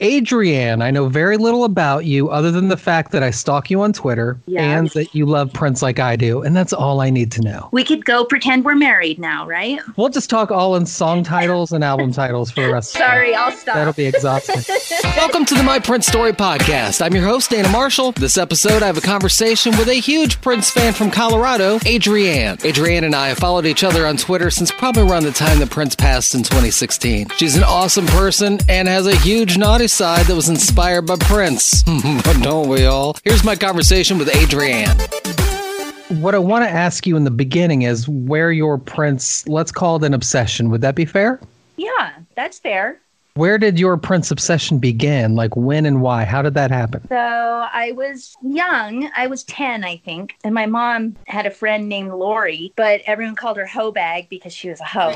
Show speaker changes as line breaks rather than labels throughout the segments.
Adrienne, I know very little about you other than the fact that I stalk you on Twitter
Yes.
and that you love Prince like I do, and that's all I need to know.
We could go pretend we're married now, right?
We'll just talk all in song titles and album titles for the rest. of the
Sorry,
time.
I'll stop.
That'll be exhausting.
Welcome to the My Prince Story Podcast. I'm your host, Dana Marshall. This episode, I have a conversation with a huge Prince fan from Colorado, Adrienne. Adrienne and I have followed each other on Twitter since probably around the time that Prince passed in 2016. She's an awesome person and has a huge naughty side that was inspired by Prince. Don't we all? Here's my conversation with Adrienne.
what I want to ask you in the beginning is where your Prince, let's call it an obsession. Would that be fair?
Yeah, that's fair.
Where did your Prince obsession begin? Like when and why? How did that happen?
So I was young. I was 10, I think. And my mom had a friend named Lori, but everyone called her hoe bag because she was a hoe.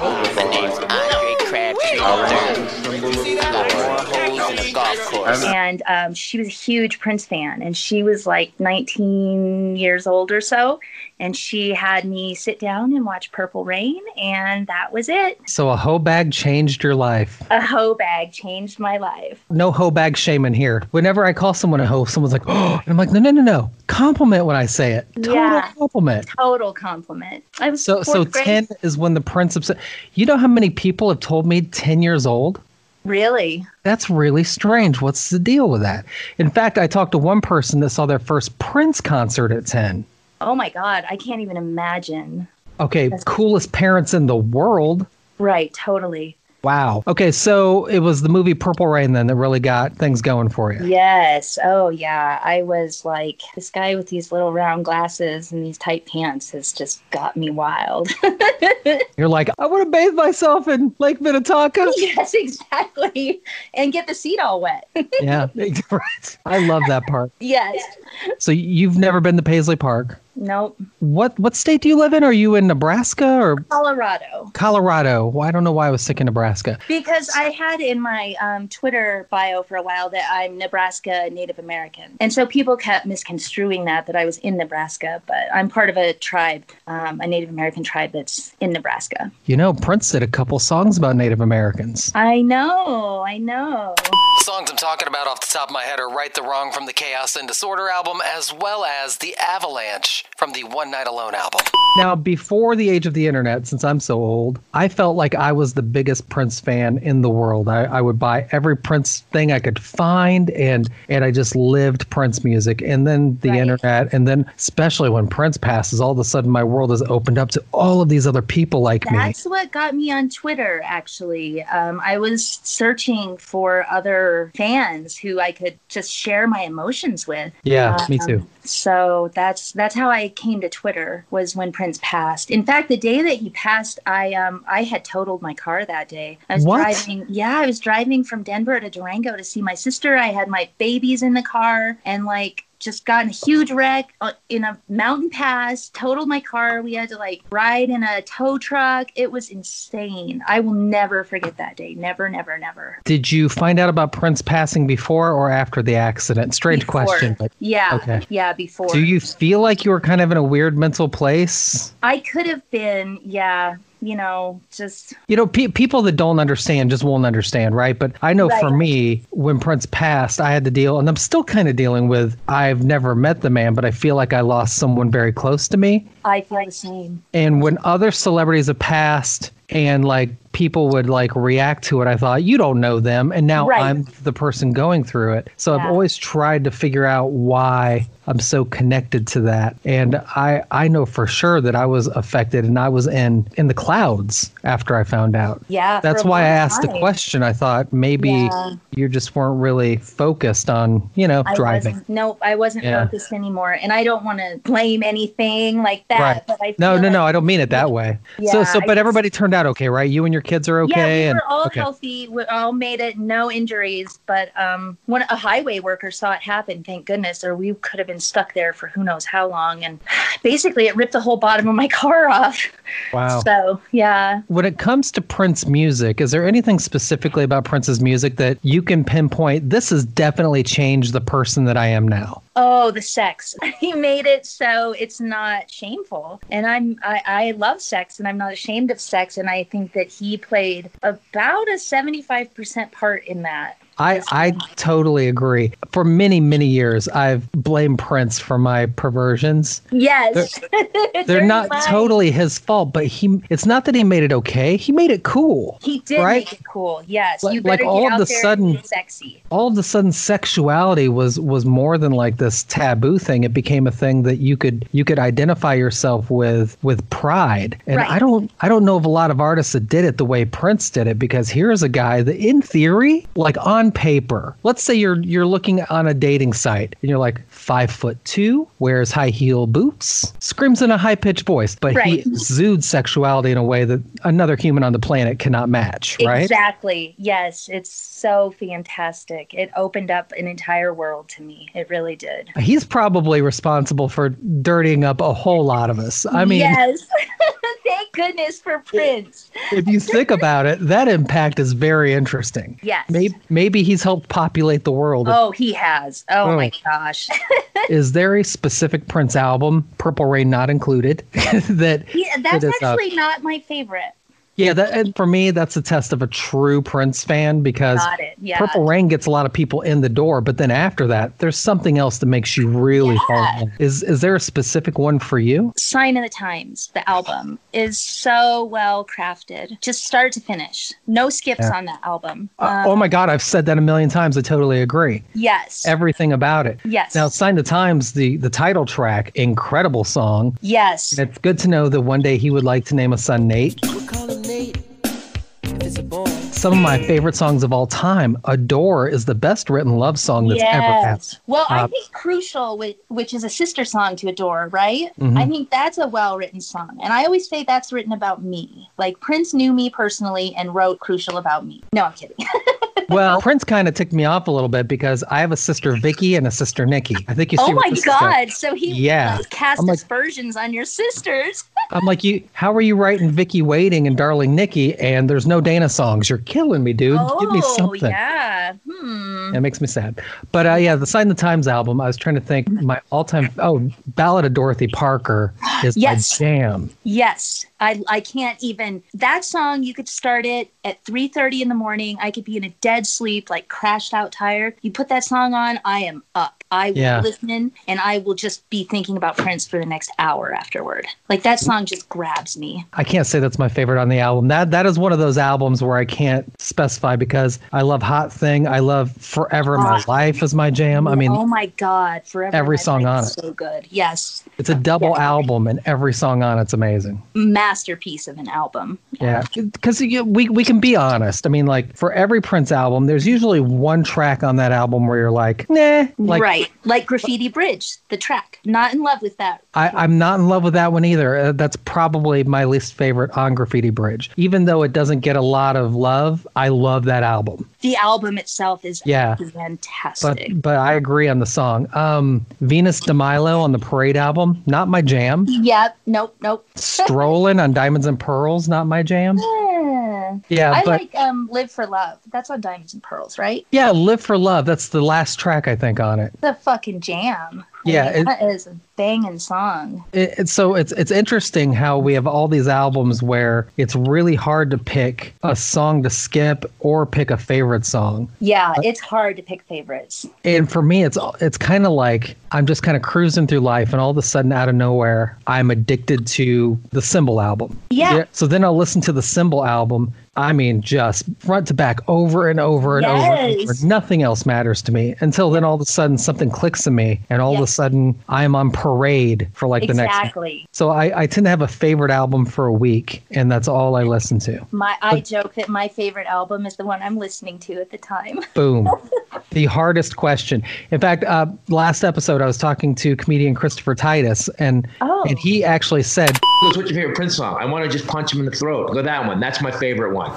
And um, she was a huge Prince fan. And she was like 19 years old or so. And she had me sit down and watch Purple Rain. And that was it.
So a hoe bag changed your life.
A hoe bag changed my life.
No hoe bag shame in here. Whenever I call someone a hoe, someone's like, oh, and I'm like, no, no, no, no. Compliment when I say it. Total
Yeah.
compliment.
Total compliment. I was
So, so
fourth grade.
10 is when the Prince obsession. You know how many people have told me 10 years old?
Really?
That's really strange. What's the deal with that? In fact, I talked to one person that saw their first Prince concert at 10.
Oh my God. I can't even imagine.
Okay, coolest parents in the world.
Right, totally.
Wow. Okay, so it was the movie Purple Rain then that really got things going for you.
Yes. Oh, yeah. I was like, this guy with these little round glasses and these tight pants has just got me wild.
You're like, I want to bathe myself in Lake Minnetonka.
yes, exactly. And get the seat all wet.
yeah, right. I love that part.
yes.
So you've never been to Paisley Park.
Nope.
What what state do you live in? Are you in Nebraska or
Colorado.
Colorado? Well, I don't know why I was sick of Nebraska.
Because I had in my um, Twitter bio for a while that I'm Nebraska Native American. And so people kept misconstruing that, that I was in Nebraska, but I'm part of a tribe, um, a Native American tribe that's in Nebraska.
You know, Prince did a couple songs about Native Americans.
I know. I know.
The songs I'm talking about off the top of my head are Right the Wrong from the Chaos and Disorder album, as well as The Avalanche from the One Night Alone album.
Now, before the age of the internet, since I'm so old, I felt like I was the biggest Prince fan in the world. I, I would buy every Prince thing I could find, and and I just lived Prince music. And then the
Right.
internet, and then especially when Prince passes, all of a sudden my world is opened up to all of these other people like me.
That's what got me on Twitter, actually. Um, I was searching for other fans who I could just share my emotions with.
Yeah, me too.
Um, So that's that's how I came to Twitter was when Prince passed. In fact, the day that he passed, I um I had totaled my car that day. I was
What?
driving yeah, I was driving from Denver to Durango to see my sister. I had my babies in the car and like just got in a huge wreck uh, in a mountain pass, totaled my car. We had to like ride in a tow truck. It was insane. I will never forget that day. Never, never, never.
Did you find out about Prince passing before or after the accident? Strange
Before.
question, but
Yeah.
Okay.
Yeah, before.
do you feel like you were kind of in a weird mental place?
I could have been, yeah, you know, just
You know, pe- people that don't understand just won't understand, right? But I know for
Right.
me, when Prince passed, I had to deal, and I'm still kind of dealing with I've never met the man, but I feel like I lost someone very close to me.
I feel the same.
And when other celebrities have passed and like people would like react to it, I thought, you don't know them. And now
Right.
I'm the person going through it. So
Yeah.
I've always tried to figure out why I'm so connected to that. And I, I know for sure that I was affected and I was in, in the clouds after I found out.
Yeah. for
That's
a
why I
long
asked the
time.
question. I thought maybe
Yeah.
you just weren't really focused on, you know,
I
driving.
Wasn't, nope, I wasn't
Yeah.
focused anymore, and I don't want to blame anything like that.
Right.
But I
No,
feel
no,
like-
no. I don't mean it that way.
Yeah,
so, so,
I
but
just-
everybody turned out okay, right? You and your Your kids are okay.
yeah, we
and
were all
okay.
healthy. We all made it, no injuries. But um, when a highway worker saw it happen, thank goodness, or we could have been stuck there for who knows how long. And basically, it ripped the whole bottom of my car off.
Wow.
So yeah,
When it comes to Prince music, is there anything specifically about Prince's music that you can pinpoint? This has definitely changed the person that I am now.
oh, the sex. he made it so it's not shameful. And I'm I, I love sex, and I'm not ashamed of sex. And I think that he played about a seventy five percent part in that.
I, I totally agree. For many, many years, I've blamed Prince for my perversions.
Yes,
They're not
mine.
totally his fault, but he it's not that he made it okay. He made it cool.
He did
right?
make it cool. Yes,
Like-
you
like
better
all
get
of
out
the
there
sudden-
and be sexy.
all of a sudden sexuality was was more than like this taboo thing it became a thing that you could you could identify yourself with with pride and
Right.
i don't i don't know of a lot of artists that did it the way prince did it because here's a guy that in theory like on paper let's say you're you're looking on a dating site and you're like five foot two wears high heel boots screams in a high-pitched voice but he
Right.
exudes sexuality in a way that another human on the planet cannot match right
Exactly. Yes, it's so fantastic. It opened up an entire world to me. It really did.
He's probably responsible for dirtying up a whole lot of us. I mean,
yes. Thank goodness for Prince.
if you think about it, that impact is very interesting.
Yes.
Maybe, maybe he's helped populate the world.
Oh, he has. Oh,
Oh.
my gosh.
Is there a specific Prince album, Purple Rain not included, that
Yeah, that's
It is, uh,
actually not my favorite.
yeah, that and for me that's a test of a true Prince fan because
Got it. Yeah.
Purple Rain gets a lot of people in the door, but then after that, there's something else that makes you really fall. in love. Is is there a specific one for you?
Sign of the Times, the album, is so well crafted, just start to finish. No skips
Yeah.
on that album.
Uh,
Um,
oh my God, I've said that a million times. I totally agree.
yes.
Everything about it.
yes.
Now, Sign the Times, the, the title track, incredible song.
yes.
It's good to know that one day he would like to name a son Nate. Some of my favorite songs of all time, Adore is the best written love song that's ever happened.
Well, I
Uh,
think Crucial, which, which is a sister song to Adore, right?
Mhm.
I think that's a well written song. And I always say that's written about me. Like Prince knew me personally and wrote Crucial about me. No, I'm kidding.
Well, Prince kind of ticked me off a little bit because I have a sister Vicky and a sister Nikki. I think you see
oh
where
my
this is going.
God. So he
Yeah.
like, cast
I'm like-
aspersions on your sisters.
I'm like, you. how are you writing Vicky Waiting and Darling Nikki and there's no Dana songs? You're killing me, dude.
oh,
Give me something.
yeah. Hmm.
That makes me sad. But uh, yeah, the Sign the Times album, I was trying to think my all time, oh, Ballad of Dorothy Parker is
Yes.
my jam.
Yes, I I can't even. That song you could start it at 3:30 in the morning. I could be in a dead sleep, like crashed out tired. You put that song on, I am up. I will
Yeah.
listen and I will just be thinking about Prince for the next hour afterward. Like that song just grabs me.
I can't say that's my favorite on the album. That That is one of those albums where I can't specify because I love Hot Thing. I love Forever My
Ah.
Life is my jam. I mean,
oh my god, forever
every
My
song
Life
on
is
it.
so good. Yes,
it's a double album and every song on it's amazing.
masterpiece of an album.
Yeah, because we we can be honest. I mean, like for every Prince album, there's usually one track on that album where you're like, nah, like
right, like Graffiti Bridge, the track. Not in love with that.
I, I'm not in love with that one either. Uh, that's probably my least favorite on Graffiti Bridge. Even though it doesn't get a lot of love, I love that album.
The album itself is
Yeah. But
fantastic.
but I agree on the song. Um, Venus de Milo on the Parade album, not my jam.
Yep. Nope. Nope.
Strolling on Diamonds and Pearls, not my jam.
Yeah.
Yeah,
I
but
like um, Live for Love. That's on Diamonds and Pearls, right?
yeah, Live for Love. That's the last track I think on it.
The fucking jam. I
Yeah,
mean,
it-
that is a banging song.
It, it's so it's it's interesting how we have all these albums where it's really hard to pick a song to skip or pick a favorite song.
Yeah, it's hard to pick favorites.
and for me it's it's kind of like i'm just kind of cruising through life and all of a sudden out of nowhere i'm addicted to the symbol album
Yeah.
so then i'll listen to the symbol album i mean just front to back over and over and over and over
Yes.
nothing else matters to me until then all of a sudden something clicks in me and all of
Yes.
a sudden i'm on parade for like the next
exactly.
so I, I tend to have a favorite album for a week and that's all i listen to
My I joke that my favorite album is the one I'm listening to at the time.
boom the hardest question. In fact, uh, last episode I was talking to comedian Christopher Titus, and
Oh.
and he actually said
goes, "What's your favorite Prince song?" I want to just punch him in the throat. Go that one. That's my favorite one.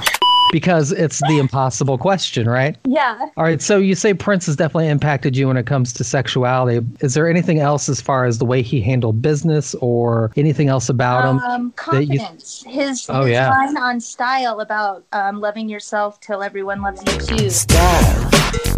because it's the impossible question, right?
Yeah.
All right. So you say Prince has definitely impacted you when it comes to sexuality. Is there anything else as far as the way he handled business or anything else about him?
Um,
that you-
confidence. His,
Oh,
his
yeah.
line on style about um, loving yourself till everyone loves you too.
Style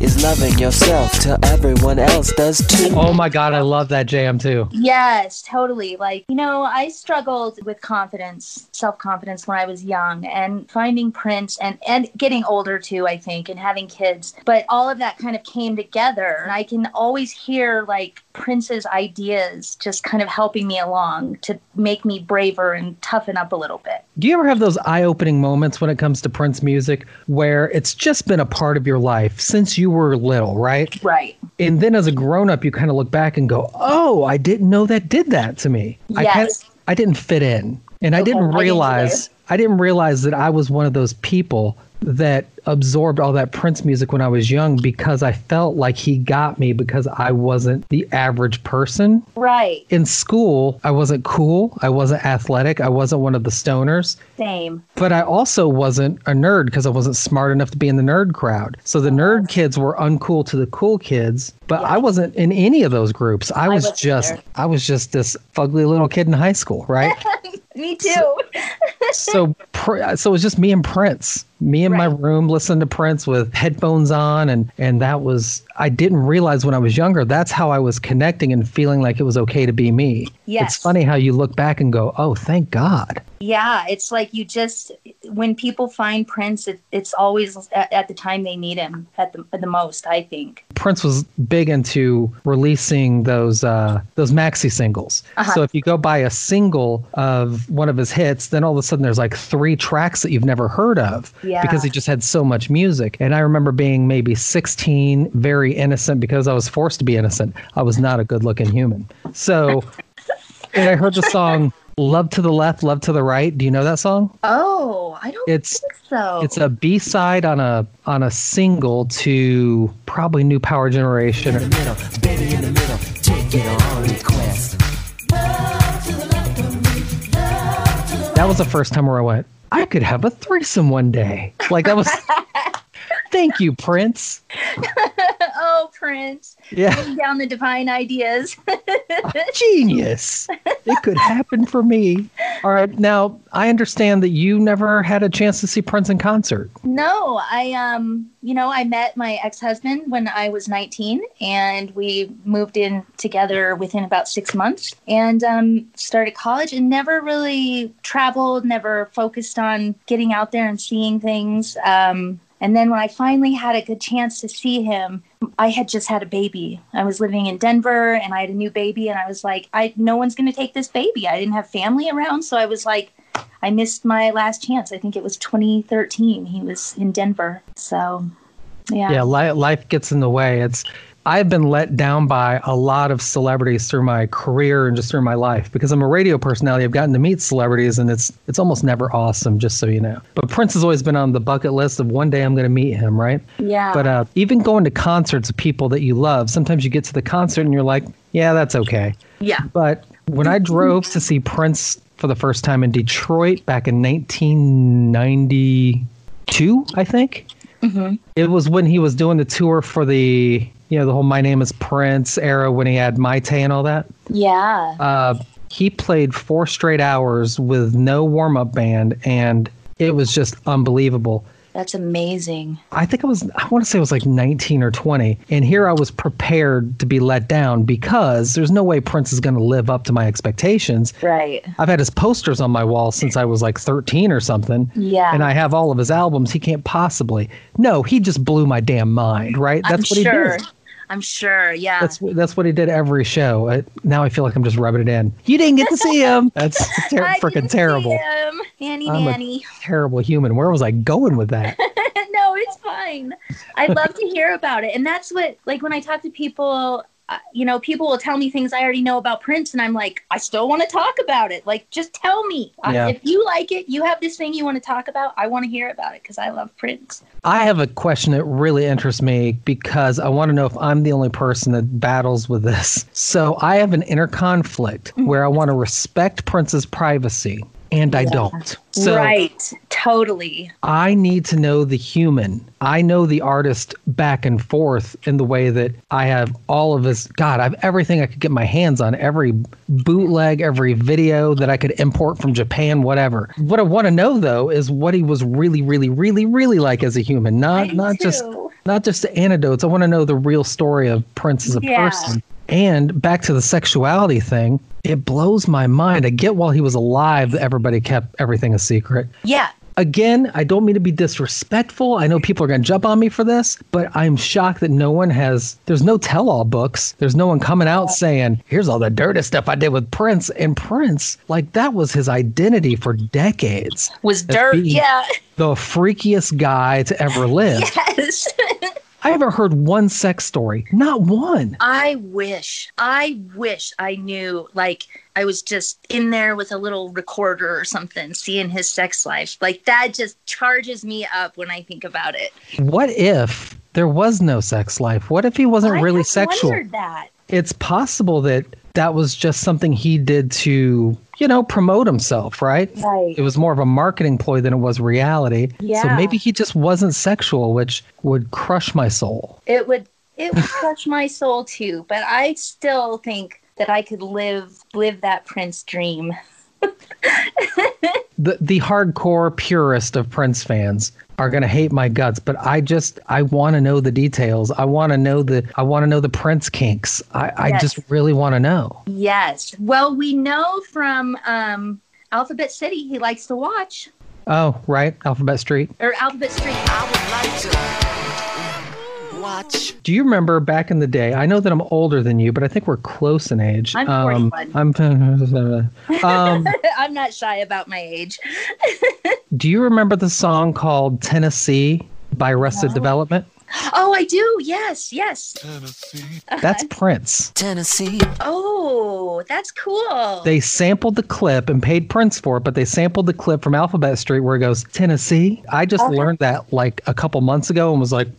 is loving yourself till everyone else does too.
Oh my God, I love that jam too.
Yes, totally. Like, you know, I struggled with confidence, self confidence when I was young and finding Prince and, and getting older too, I think, and having kids. But all of that kind of came together. And I can always hear like Prince's ideas just kind of helping me along to make me braver and toughen up a little bit.
Do you ever have those eye opening moments when it comes to Prince music where it's just been a part of your life since you were little, right?
Right.
And then as a grown up, you kind of look back and go, oh, I didn't know that did that to me. I, kind
Yes.
I didn't fit in. And I
Okay, I
didn't
didn't either.
realize, I didn't realize that I was one of those people that absorbed all that Prince music when I was young because I felt like he got me because I wasn't the average person
Right.
in school, I wasn't cool. I wasn't athletic. I wasn't one of the stoners,
Same.
but I also wasn't a nerd because I wasn't smart enough to be in the nerd crowd. So the
Oh.
nerd kids were uncool to the cool kids, but I wasn't in any of those groups. I was
wasn't
just,
either.
I was just this fugly little kid in high school, right?
Me too.
so, pr- so it was just me and Prince, me in my
Right.
room, listening to Prince with headphones on, and and that was I didn't realize when I was younger that's how I was connecting and feeling like it was okay to be me.
Yes.
it's funny how you look back and go, oh, thank God.
Yeah, it's like you just when people find Prince, it, it's always at, at the time they need him at the, at the most. I think.
Prince was big into releasing those uh, those maxi singles.
Uh-huh.
So if you go buy a single of one of his hits, then all of a sudden there's like three tracks that you've never heard of
Yeah.
because he just had so much music. And I remember being maybe 16, very innocent because I was forced to be innocent. I was not a good-looking human. So and I heard the song "Love to the Left, Love to the Right." Do you know that song?
Oh, I don't
It's
think so.
it's a B side on a on a single to probably New Power Generation. Or, That was the first time where I went. I could have a threesome one day. Like I was. Thank you, Prince.
oh, Prince,
Yeah,
bring down the divine ideas.
genius. It could happen for me. All right, now I understand that you never had a chance to see Prince in concert.
No, I um, you know, I met my ex-husband when I was 19 and we moved in together within about 6 months and um started college and never really traveled, never focused on getting out there and seeing things. Um and then when I finally had a good chance to see him, I had just had a baby. I was living in Denver and I had a new baby and I was like, I no one's going to take this baby. I didn't have family around, so I was like I missed my last chance. I think it was 2013. He was in Denver. So, yeah.
Yeah, li- life gets in the way. It's I've been let down by a lot of celebrities through my career and just through my life because I'm a radio personality. I've gotten to meet celebrities and it's it's almost never awesome, just so you know. But Prince has always been on the bucket list of one day I'm going to meet him, right?
Yeah.
But uh, even going to concerts of people that you love, sometimes you get to the concert and you're like, yeah, that's okay.
yeah.
But when I drove to see Prince for the first time in Detroit back in 1992, I think it was when he was doing the tour for the you know the whole "My Name Is Prince" era when he had Mai Tai and all that.
Yeah.
Uh, he played four straight hours with no warm up band, and it was just unbelievable.
That's amazing.
I think I was, I want to say I was like 19 or 20. And here I was prepared to be let down because there's no way Prince is going to live up to my expectations.
Right.
I've had his posters on my wall since I was like 13 or something.
Yeah.
And I have all of his albums. He can't possibly. No, he just blew my damn mind, right? That's
I'm
what
sure.
he did.
I'm sure. Yeah.
That's wh- that's what he did every show. I, now I feel like I'm just rubbing it in. You didn't get to see him. That's ter-
I
freaking
didn't see
terrible,
him. Nanny,
I'm a-
nanny.
terrible human. Where was I going with that?
no, it's fine. I love to hear about it. And that's what, like, when I talk to people uh, you know, people will tell me things I already know about Prince, and I'm like, I still want to talk about it. Like, just tell me I-
Yeah.
if you like it. You have this thing you want to talk about. I want to hear about it because I love Prince.
I have a question that really interests me because I want to know if I'm the only person that battles with this. So I have an inner conflict
Mm-hmm.
where I want to respect Prince's privacy and I don't. So
right, totally.
I need to know the human. I know the artist back and forth in the way that I have all of his God, I have everything I could get my hands on, every bootleg, every video that I could import from Japan, whatever. What I want to know though is what he was really, really, really, really like as a human. Not
I
not just
too.
not just the anecdotes. I want to know the real story of Prince as a
Yeah.
person. And back to the sexuality thing, it blows my mind. I get while he was alive, everybody kept everything a secret
Yeah,
again, I don't mean to be disrespectful. I know people are going to jump on me for this, but I'm shocked that no one has, there's no tell all books. There's no one coming out saying, here's all the dirty stuff I did with Prince. And Prince, like, that was his identity for decades.
was
That's
dirt.
being-
Yeah,
The freakiest guy to ever live.
yes.
I haven't heard one sex story, not one.
I wish, I wish I knew, like, I was just in there with a little recorder or something, seeing his sex life. Like, that just charges me up when I think about it.
What if there was no sex life? What if he wasn't
I
really
just
sexual?
wondered that.
it's possible that that was just something he did to you know promote himself right
Right.
it was more of a marketing ploy than it was reality so
Yeah.
maybe he just wasn't sexual which would crush my soul
It would, it would touch my soul too, but I still think that I could live, live that Prince dream.
the the hardcore purist of prince fans are going to hate my guts but i just i want to know the details i want to know the i want to know the prince kinks i i
Yes.
just really want to know
Yes. Well, we know from um, Alphabet City, he likes to watch,
oh right alphabet street
or Alphabet Street.
Watch.
Do you remember back in the day? I know that I'm older than you, but I think we're close in age.
I'm
um, 41. I'm. um,
I'm not shy about my age.
do you remember the song called Tennessee by Arrested Development?
Oh, I do. Yes, yes.
That's Prince.
Tennessee.
Oh, that's cool.
They sampled the clip and paid Prince for it, but they sampled the clip from Alphabet Street where it goes Tennessee. I just learned that like a couple months ago and was like,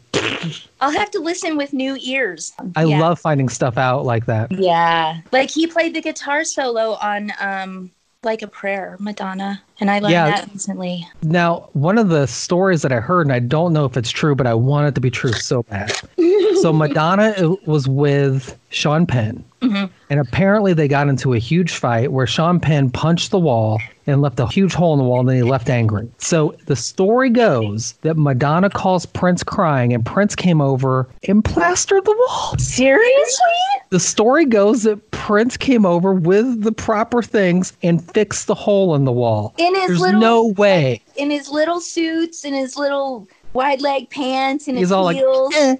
I'll have to listen with new ears.
I
Yeah.
love finding stuff out like that.
Yeah, like he played the guitar solo on um like a prayer, Madonna, and I learned
Yeah.
that recently.
Now, one of the stories that I heard, and I don't know if it's true, but I want it to be true so bad. so Madonna uh, was with Sean Penn,
Mm-hmm.
and apparently they got into a huge fight where Sean Penn punched the wall and left a huge hole in the wall, and then he left angry. So the story goes that Madonna calls Prince crying, and Prince came over and plastered the wall.
Seriously?
The story goes that Prince came over with the proper things and fixed the hole in the wall.
In his
There's
little
no way.
in his little suits, in his little wide leg pants, and his
He's all like, "Eh."
heels.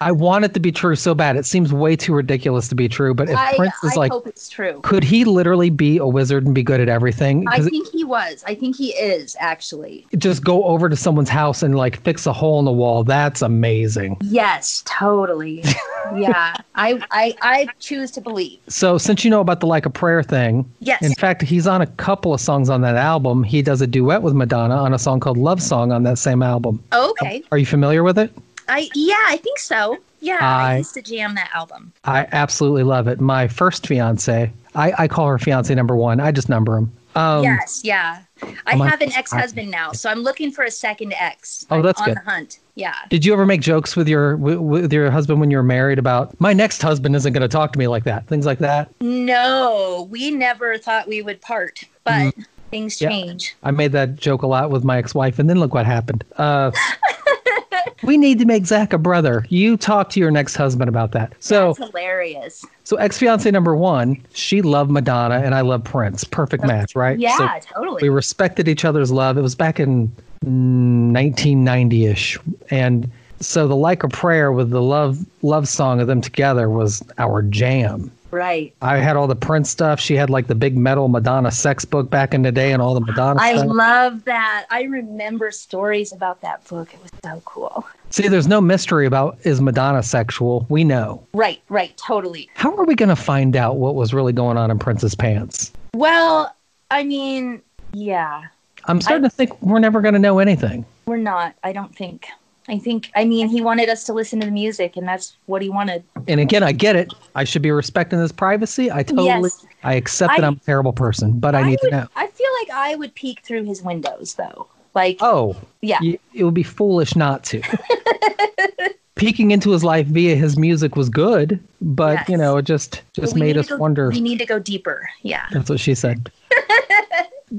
I want it to be true so bad. It seems way too ridiculous to be true. But if
I,
Prince is
I
like,
hope it's true.
could he literally be a wizard and be good at everything?
I
'Cause
think he was. I think he is actually.
just go over to someone's house and like fix a hole in the wall. That's amazing.
Yes, totally. yeah, I, I, I choose to believe.
So since you know about the like a prayer thing,
Yes.
In fact, he's on a couple of songs on that album. He does a duet with Madonna on a song called Love Song on that same album.
Okay.
Are you familiar with it?
I yeah, I think so. Yeah, I,
I-
used to jam that album.
I absolutely love it. My first fiance, I, I call her fiance number one. I just number him. Um,
yes, yeah. I
I'm on-
have an ex-husband now, so I'm looking for a second ex.
Oh,
I'm
that's
on
good.
the hunt. Yeah.
Did you ever make jokes with your with, with your husband when you were married about my next husband isn't going to talk to me like that? Things like that.
No, we never thought we would part, but things
Mm. Yeah.
change.
I made that joke a lot with my ex-wife, and then look what happened. Uh, we need to make Zach a brother. You talk to your next husband about that. So,
It's hilarious.
Oh. so ex-fiance number one, she loved Madonna, and I love Prince. Perfect match, right?
Yeah,
So
totally.
we respected each other's love. It was back in 1990-ish, and so the like a prayer with the love love song of them together was our jam.
Right.
I had all the Prince stuff. She had like the big metal Madonna sex book back in the day and all the Madonna
I
stuff.
love that. I remember stories about that book. It was so cool.
See, there's no mystery about is Madonna sexual? We know.
Right, right, totally.
How are we going to find out what was really going on in Prince's pants?
Well, I mean, yeah,
I'm starting to think we're never going to know anything.
we're not. I don't think. I think, I mean, he wanted us to listen to the music, and that's what he wanted.
And again, I get it. I should be respecting this privacy. I totally,
Yes.
I accept that
I-
I'm a terrible person, but I, need
would,
to know.
I feel like I would peek through his windows, though. Like,
Oh,
yeah,
y- it would be foolish not to. Peeking into his life via his music was good, but
Yes.
you know, it just just
But we need
made
to
us
go-
wonder.
We need to go deeper. Yeah.
That's what she said.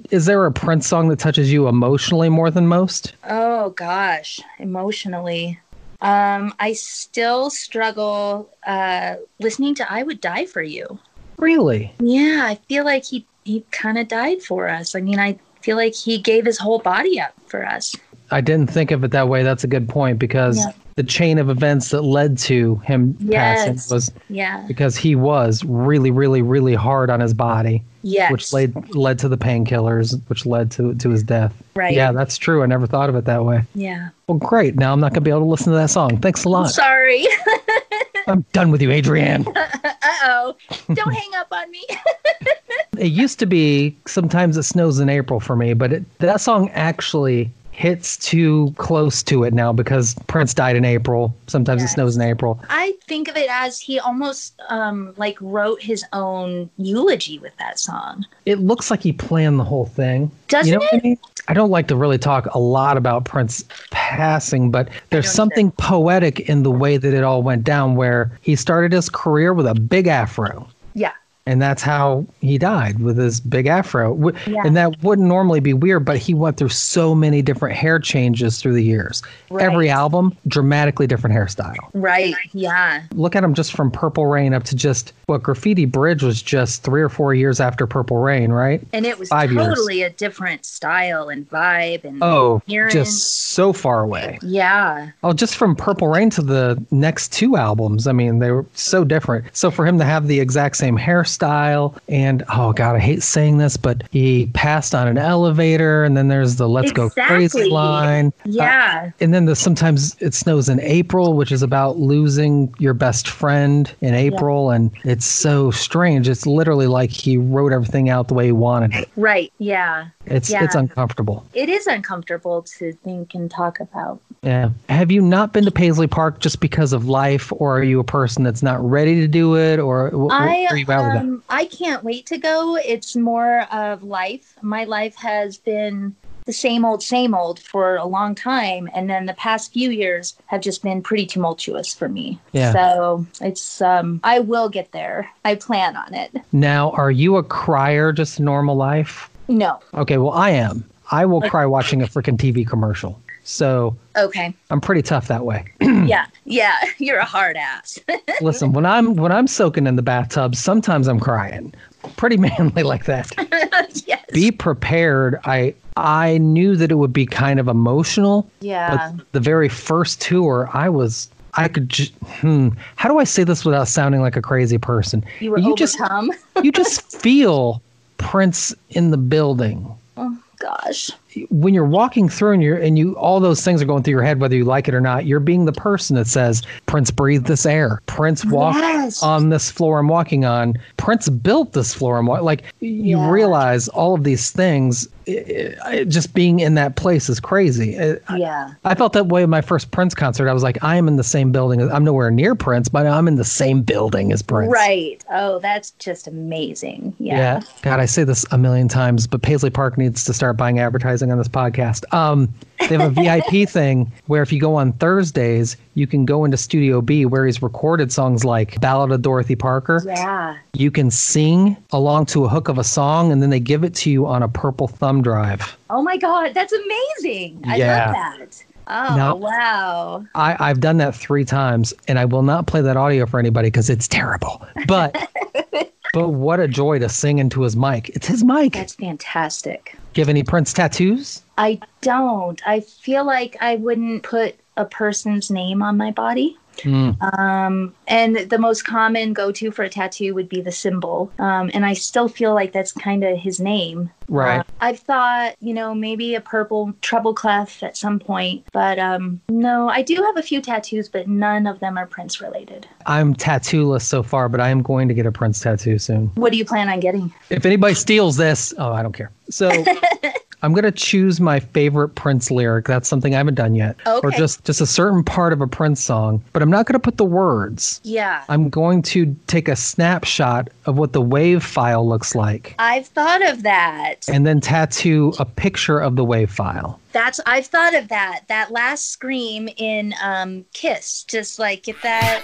Is there a Prince song that touches you emotionally more than most?
Oh gosh, emotionally. Um, I still struggle uh, listening to "I Would Die for You."
Really?
Yeah, I feel like he he kind of died for us. I mean, I feel like he gave his whole body up for us.
I didn't think of it that way. That's a good point because
Yeah.
the chain of events that led to him
Yes.
passing was
Yeah.
because he was really, really, really hard on his body,
Yes.
which led led to the painkillers, which led to to his death.
Right.
Yeah, that's true. I never thought of it that way.
Yeah.
Well, great. Now I'm not going to be able to listen to that song. Thanks a
I'm
lot.
sorry.
I'm done with you, Adrienne.
uh oh. Don't hang up on me.
It used to be sometimes it snows in April for me, but it, that song actually hits too close to it now because Prince died in April. Sometimes
Yes.
it snows in April.
I think of it as he almost um, like wrote his own eulogy with that song.
It looks like he planned the whole thing.
Doesn't
you know what
it?
I, mean? I don't like to really talk a lot about Prince passing, but there's
don't either.
something poetic in the way that it all went down where he started his career with a big afro.
Yeah.
and that's how he died with his big afro. W-
Yeah.
And that wouldn't normally be weird, but he went through so many different hair changes through the years. Every
Right.
album, dramatically different hairstyle.
Right. Yeah.
Look at him just from Purple Rain up to just what Graffiti Bridge was just three or four years after Purple Rain, right?
And it was
Five years.
totally a different style and vibe and
Oh,
Hearing-
just so far away.
yeah.
Oh, just from Purple Rain to the next two albums. I mean, they were so different. So for him to have the exact same hairstyle and oh god, I hate saying this, but he passed on an elevator and then there's the let's go crazy
Exactly.
line.
Yeah.
And then the sometimes it snows in April, which is about losing your best friend in April and it's so strange. It's literally like he wrote everything out the way he wanted it.
right. Yeah.
It's
Yeah.
it's uncomfortable.
It is uncomfortable to think and talk about.
Yeah. Have you not been to Paisley Park just because of life, or are you a person that's not ready to do it, or wh- wh-
I
are you out with that?
um, I can't wait to go. It's more of life. My life has been the same old, same old for a long time, and then the past few years have just been pretty tumultuous for me.
Yeah.
So it's um, I will get there. I plan on it.
Now, are you a crier just in normal life?
No.
Okay, well, I am. I will cry watching a freaking TV commercial. So
Okay.
I'm pretty tough that way.
yeah. Yeah. You're a hard ass.
Listen, when I'm when I'm soaking in the bathtub, sometimes I'm crying. Pretty manly like that.
yes.
Be prepared. I I knew that it would be kind of emotional,
yeah.
But the very first tour, I was, I could, ju- hmm, how do I say this without sounding like a crazy person?
You were
just,
overcome.
you just feel Prince in the building
oh gosh.
when you're walking through and you're and you all those things are going through your head whether you like it or not you're being the person that says prince breathed this air prince walked
Yes.
on this floor i'm walking on prince built this floor i'm wa-" like you
Yeah.
realize all of these things it, it- just being in that place is crazy It-
Yeah.
I felt that way at my first Prince concert. I was like, I am in the same building. as- I'm nowhere near Prince, but I'm in the same building as Prince.
Right. Oh, that's just amazing. Yeah.
Yeah. God, I say this a million times, but Paisley Park needs to start buying advertising on this podcast. Um, they have a VIP thing where if you go on Thursdays, you can go into Studio B where he's recorded songs like Ballad of Dorothy Parker.
Yeah.
You can sing along to a hook of a song and then they give it to you on a purple thumb drive.
Oh my God, that's amazing. I
Yeah.
love that. Oh
No.
wow.
I, I've done that three times, and I will not play that audio for anybody because it's terrible. But but what a joy to sing into his mic. It's his mic. Do
That's fantastic.
you have any Prince tattoos?
I don't. I feel like I wouldn't put a person's name on my body. Um, and the most common go to for a tattoo would be the symbol. Um, and I still feel like that's kind of his name.
Right.
Uh, I've thought, you know, maybe a purple treble clef at some point, but um, no, I do have a few tattoos, but none of them are Prince related.
I'm tattooless so far, but I am going to get a Prince tattoo soon.
What do you plan on getting?
If anybody steals this, oh, I don't care. So I'm going to choose my favorite Prince lyric. That's something I haven't done yet. Or
Okay.
just just a certain part of a Prince song, but I'm not going to put the words.
Yeah.
I'm going to take a snapshot of what the wave file looks like
I've thought of that.
and then tattoo a picture of the wave file.
That's I've thought of that. That last scream in um, Kiss, just like get that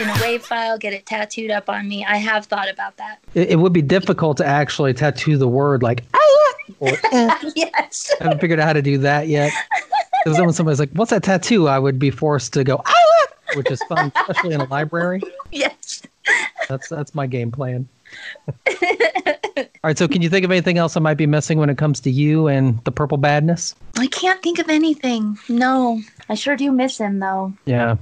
in a wave file, get it tattooed up on me. I have thought about that.
It, it would be difficult to actually tattoo the word like
yes.
I haven't figured out how to do that yet. Because then when somebody's like, "What's that tattoo?" I would be forced to go, "Ah!" which is fun, especially in a library.
Yes.
That's that's my game plan. All right. So, can you think of anything else I might be missing when it comes to you and the purple badness?
I can't think of anything. No. I sure do miss him though.
Yeah.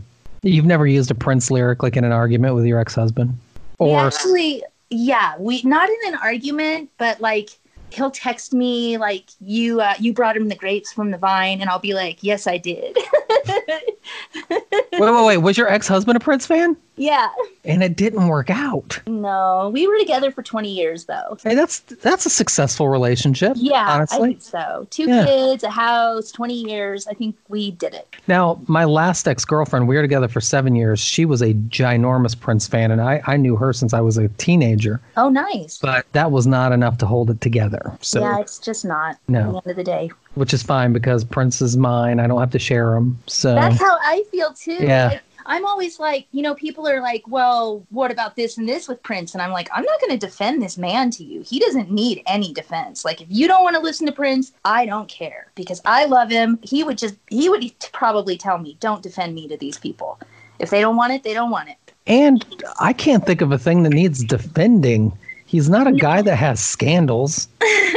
You've never used a Prince lyric like in an argument with your ex-husband,
we
or
actually yeah, we not in an argument, but like he'll text me like you uh, you brought him the grapes from the vine and I'll be like, "Yes, I did."
wait, wait, wait. Was your ex-husband a Prince fan?
yeah.
And it didn't work out.
No, we were together for 20 years though.
Hey, that's that's a successful relationship.
Yeah, I
honestly.
think so. Two
Yeah.
kids, a house, 20 years. I think we did it.
Now, my last ex girlfriend, we were together for seven years. She was a ginormous Prince fan, and I, I knew her since I was a teenager,
Oh, nice.
but that was not enough to hold it together. So,
yeah, it's just not.
No.
At the end of the day,
which is fine because Prince is mine. I don't have to share him. So,
that's how I feel too.
Um, Yeah.
Like, I'm always like, you know, people are like, well, what about this and this with Prince? And I'm like, I'm not going to defend this man to you. He doesn't need any defense. Like, if you don't want to listen to Prince, I don't care because I love him. He would just, he would t- probably tell me, don't defend me to these people. If they don't want it, they don't want it.
and I can't think of a thing that needs defending. He's not a guy that has scandals.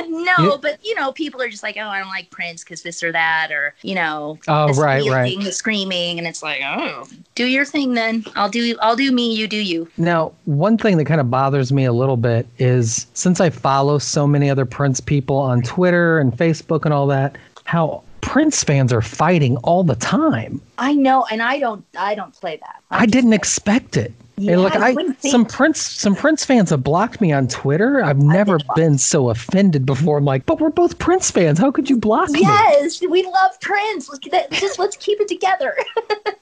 no,
You-
but you know, people are just like, oh, I don't like Prince because this or that, or you know,
Oh,
this
right, right.
yelling, the screaming, and it's like, oh, do your thing then. I'll do, I'll do me. You do you.
Now, one thing that kind of bothers me a little bit is since I follow so many other Prince people on Twitter and Facebook and all that, how Prince fans are fighting all the time.
I know, and I don't, I don't play that.
I didn't expect it.
Yeah,
and look,
I
I,
wouldn't think-
some Prince some Prince fans have blocked me on Twitter. I've never been so offended before. I'm like, but we're both Prince fans. How could you block me?
Yes, we love Prince. Let's that, just let's keep it together.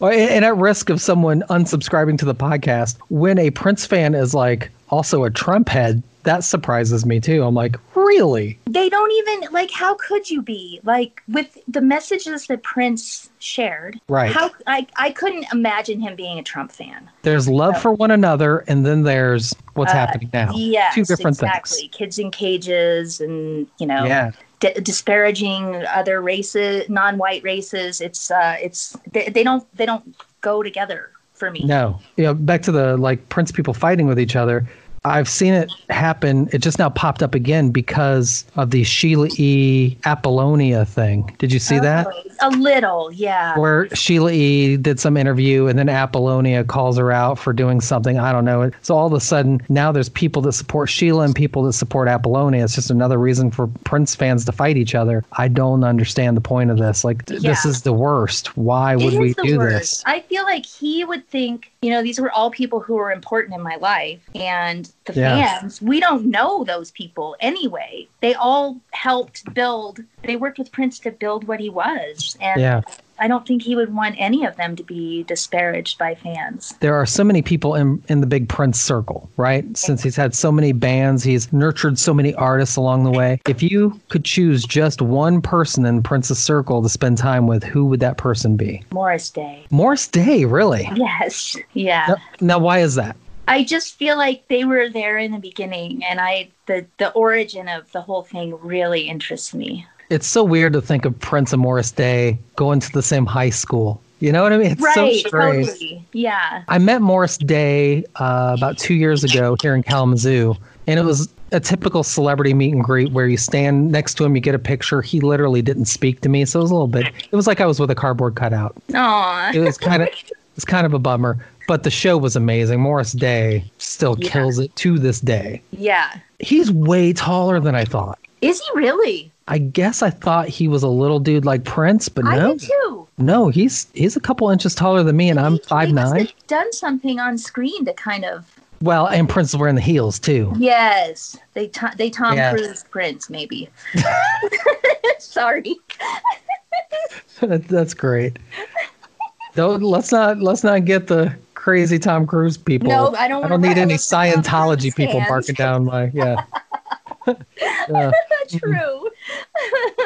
Or- And at risk of someone unsubscribing to the podcast, when a Prince fan is like also a Trump head, that surprises me too. I'm like, really?
they don't even like. How could you be like with the messages that Prince shared?
Right.
How I, I couldn't imagine him being a Trump fan.
There's love for one another, and then there's what's happening now.
Uh, Yes,
two different
exactly.
things.
Kids in cages, and you know,
Yeah,
di- disparaging other races, non-white races. It's uh, it's they, they don't they don't go together for me.
no, you know, back to the like Prince people fighting with each other. I've seen it happen. It just now popped up again because of the Sheila E. Apollonia thing. Did you
Oh,
see that?
a little, yeah.
Where Sheila E. did some interview and then Apollonia calls her out for doing something. I don't know. So all of a sudden now there's people that support Sheila and people that support Apollonia. It's just another reason for Prince fans to fight each other. I don't understand the point of this. Like th- this
Yeah.
is the worst. Why would
It
we
is the
do
worst.
this?
I feel like he would think, you know, these were all people who were important in my life, and the
Yeah.
fans. We don't know those people anyway. They all helped build. They worked with Prince to build what he was, and
Yeah.
I don't think he would want any of them to be disparaged by fans.
there are so many people in, in the big Prince circle, right? Since he's had so many bands, he's nurtured so many artists along the way. If you could choose just one person in Prince's circle to spend time with, who would that person be?
Morris Day.
Morris Day, really?
Yes. Yeah.
Now, now, why is that?
I just feel like they were there in the beginning and I the the origin of the whole thing really interests me.
It's so weird to think of Prince and Morris Day going to the same high school. You know what I mean? It's so strange.
totally. Yeah.
I met Morris Day uh, about two years ago here in Kalamazoo, and it was a typical celebrity meet and greet where you stand next to him, you get a picture. He literally didn't speak to me, so it was a little bit. It was like I was with a cardboard cutout.
Aw.
It was kind of it's kind of a bummer, but the show was amazing. Morris Day still
Yeah.
kills it to this day.
Yeah.
He's way taller than I thought.
Is he really?
I guess I thought he was a little dude like Prince, but
I
no,
did too.
no, he's he's a couple inches taller than me, and I'm
He- he
five
must
nine.
have Done something on screen to kind of
Well, and Prince is wearing the heels too.
yes, they to, they Tom
Yeah.
Cruise Prince maybe. Sorry.
That- That's great. Don't let's not let's not get the crazy Tom Cruise people.
No, I don't
I
wanna
don't need
rile
any
up the Tom Cruise
Scientology people
fans.
barking down my yeah. Yeah.
True.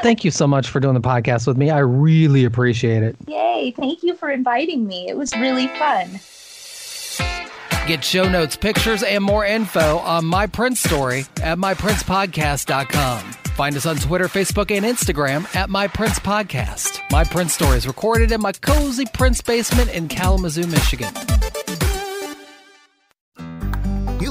Thank you so much for doing the podcast with me. I really appreciate it.
Yay! Thank you for inviting me. It was really fun.
Get show notes, pictures, and more info on My Prince Story at myprincepodcast.com. Find us on Twitter, Facebook, and Instagram at My Prince Podcast. My Prince Story is recorded in my cozy Prince basement in Kalamazoo, Michigan.
You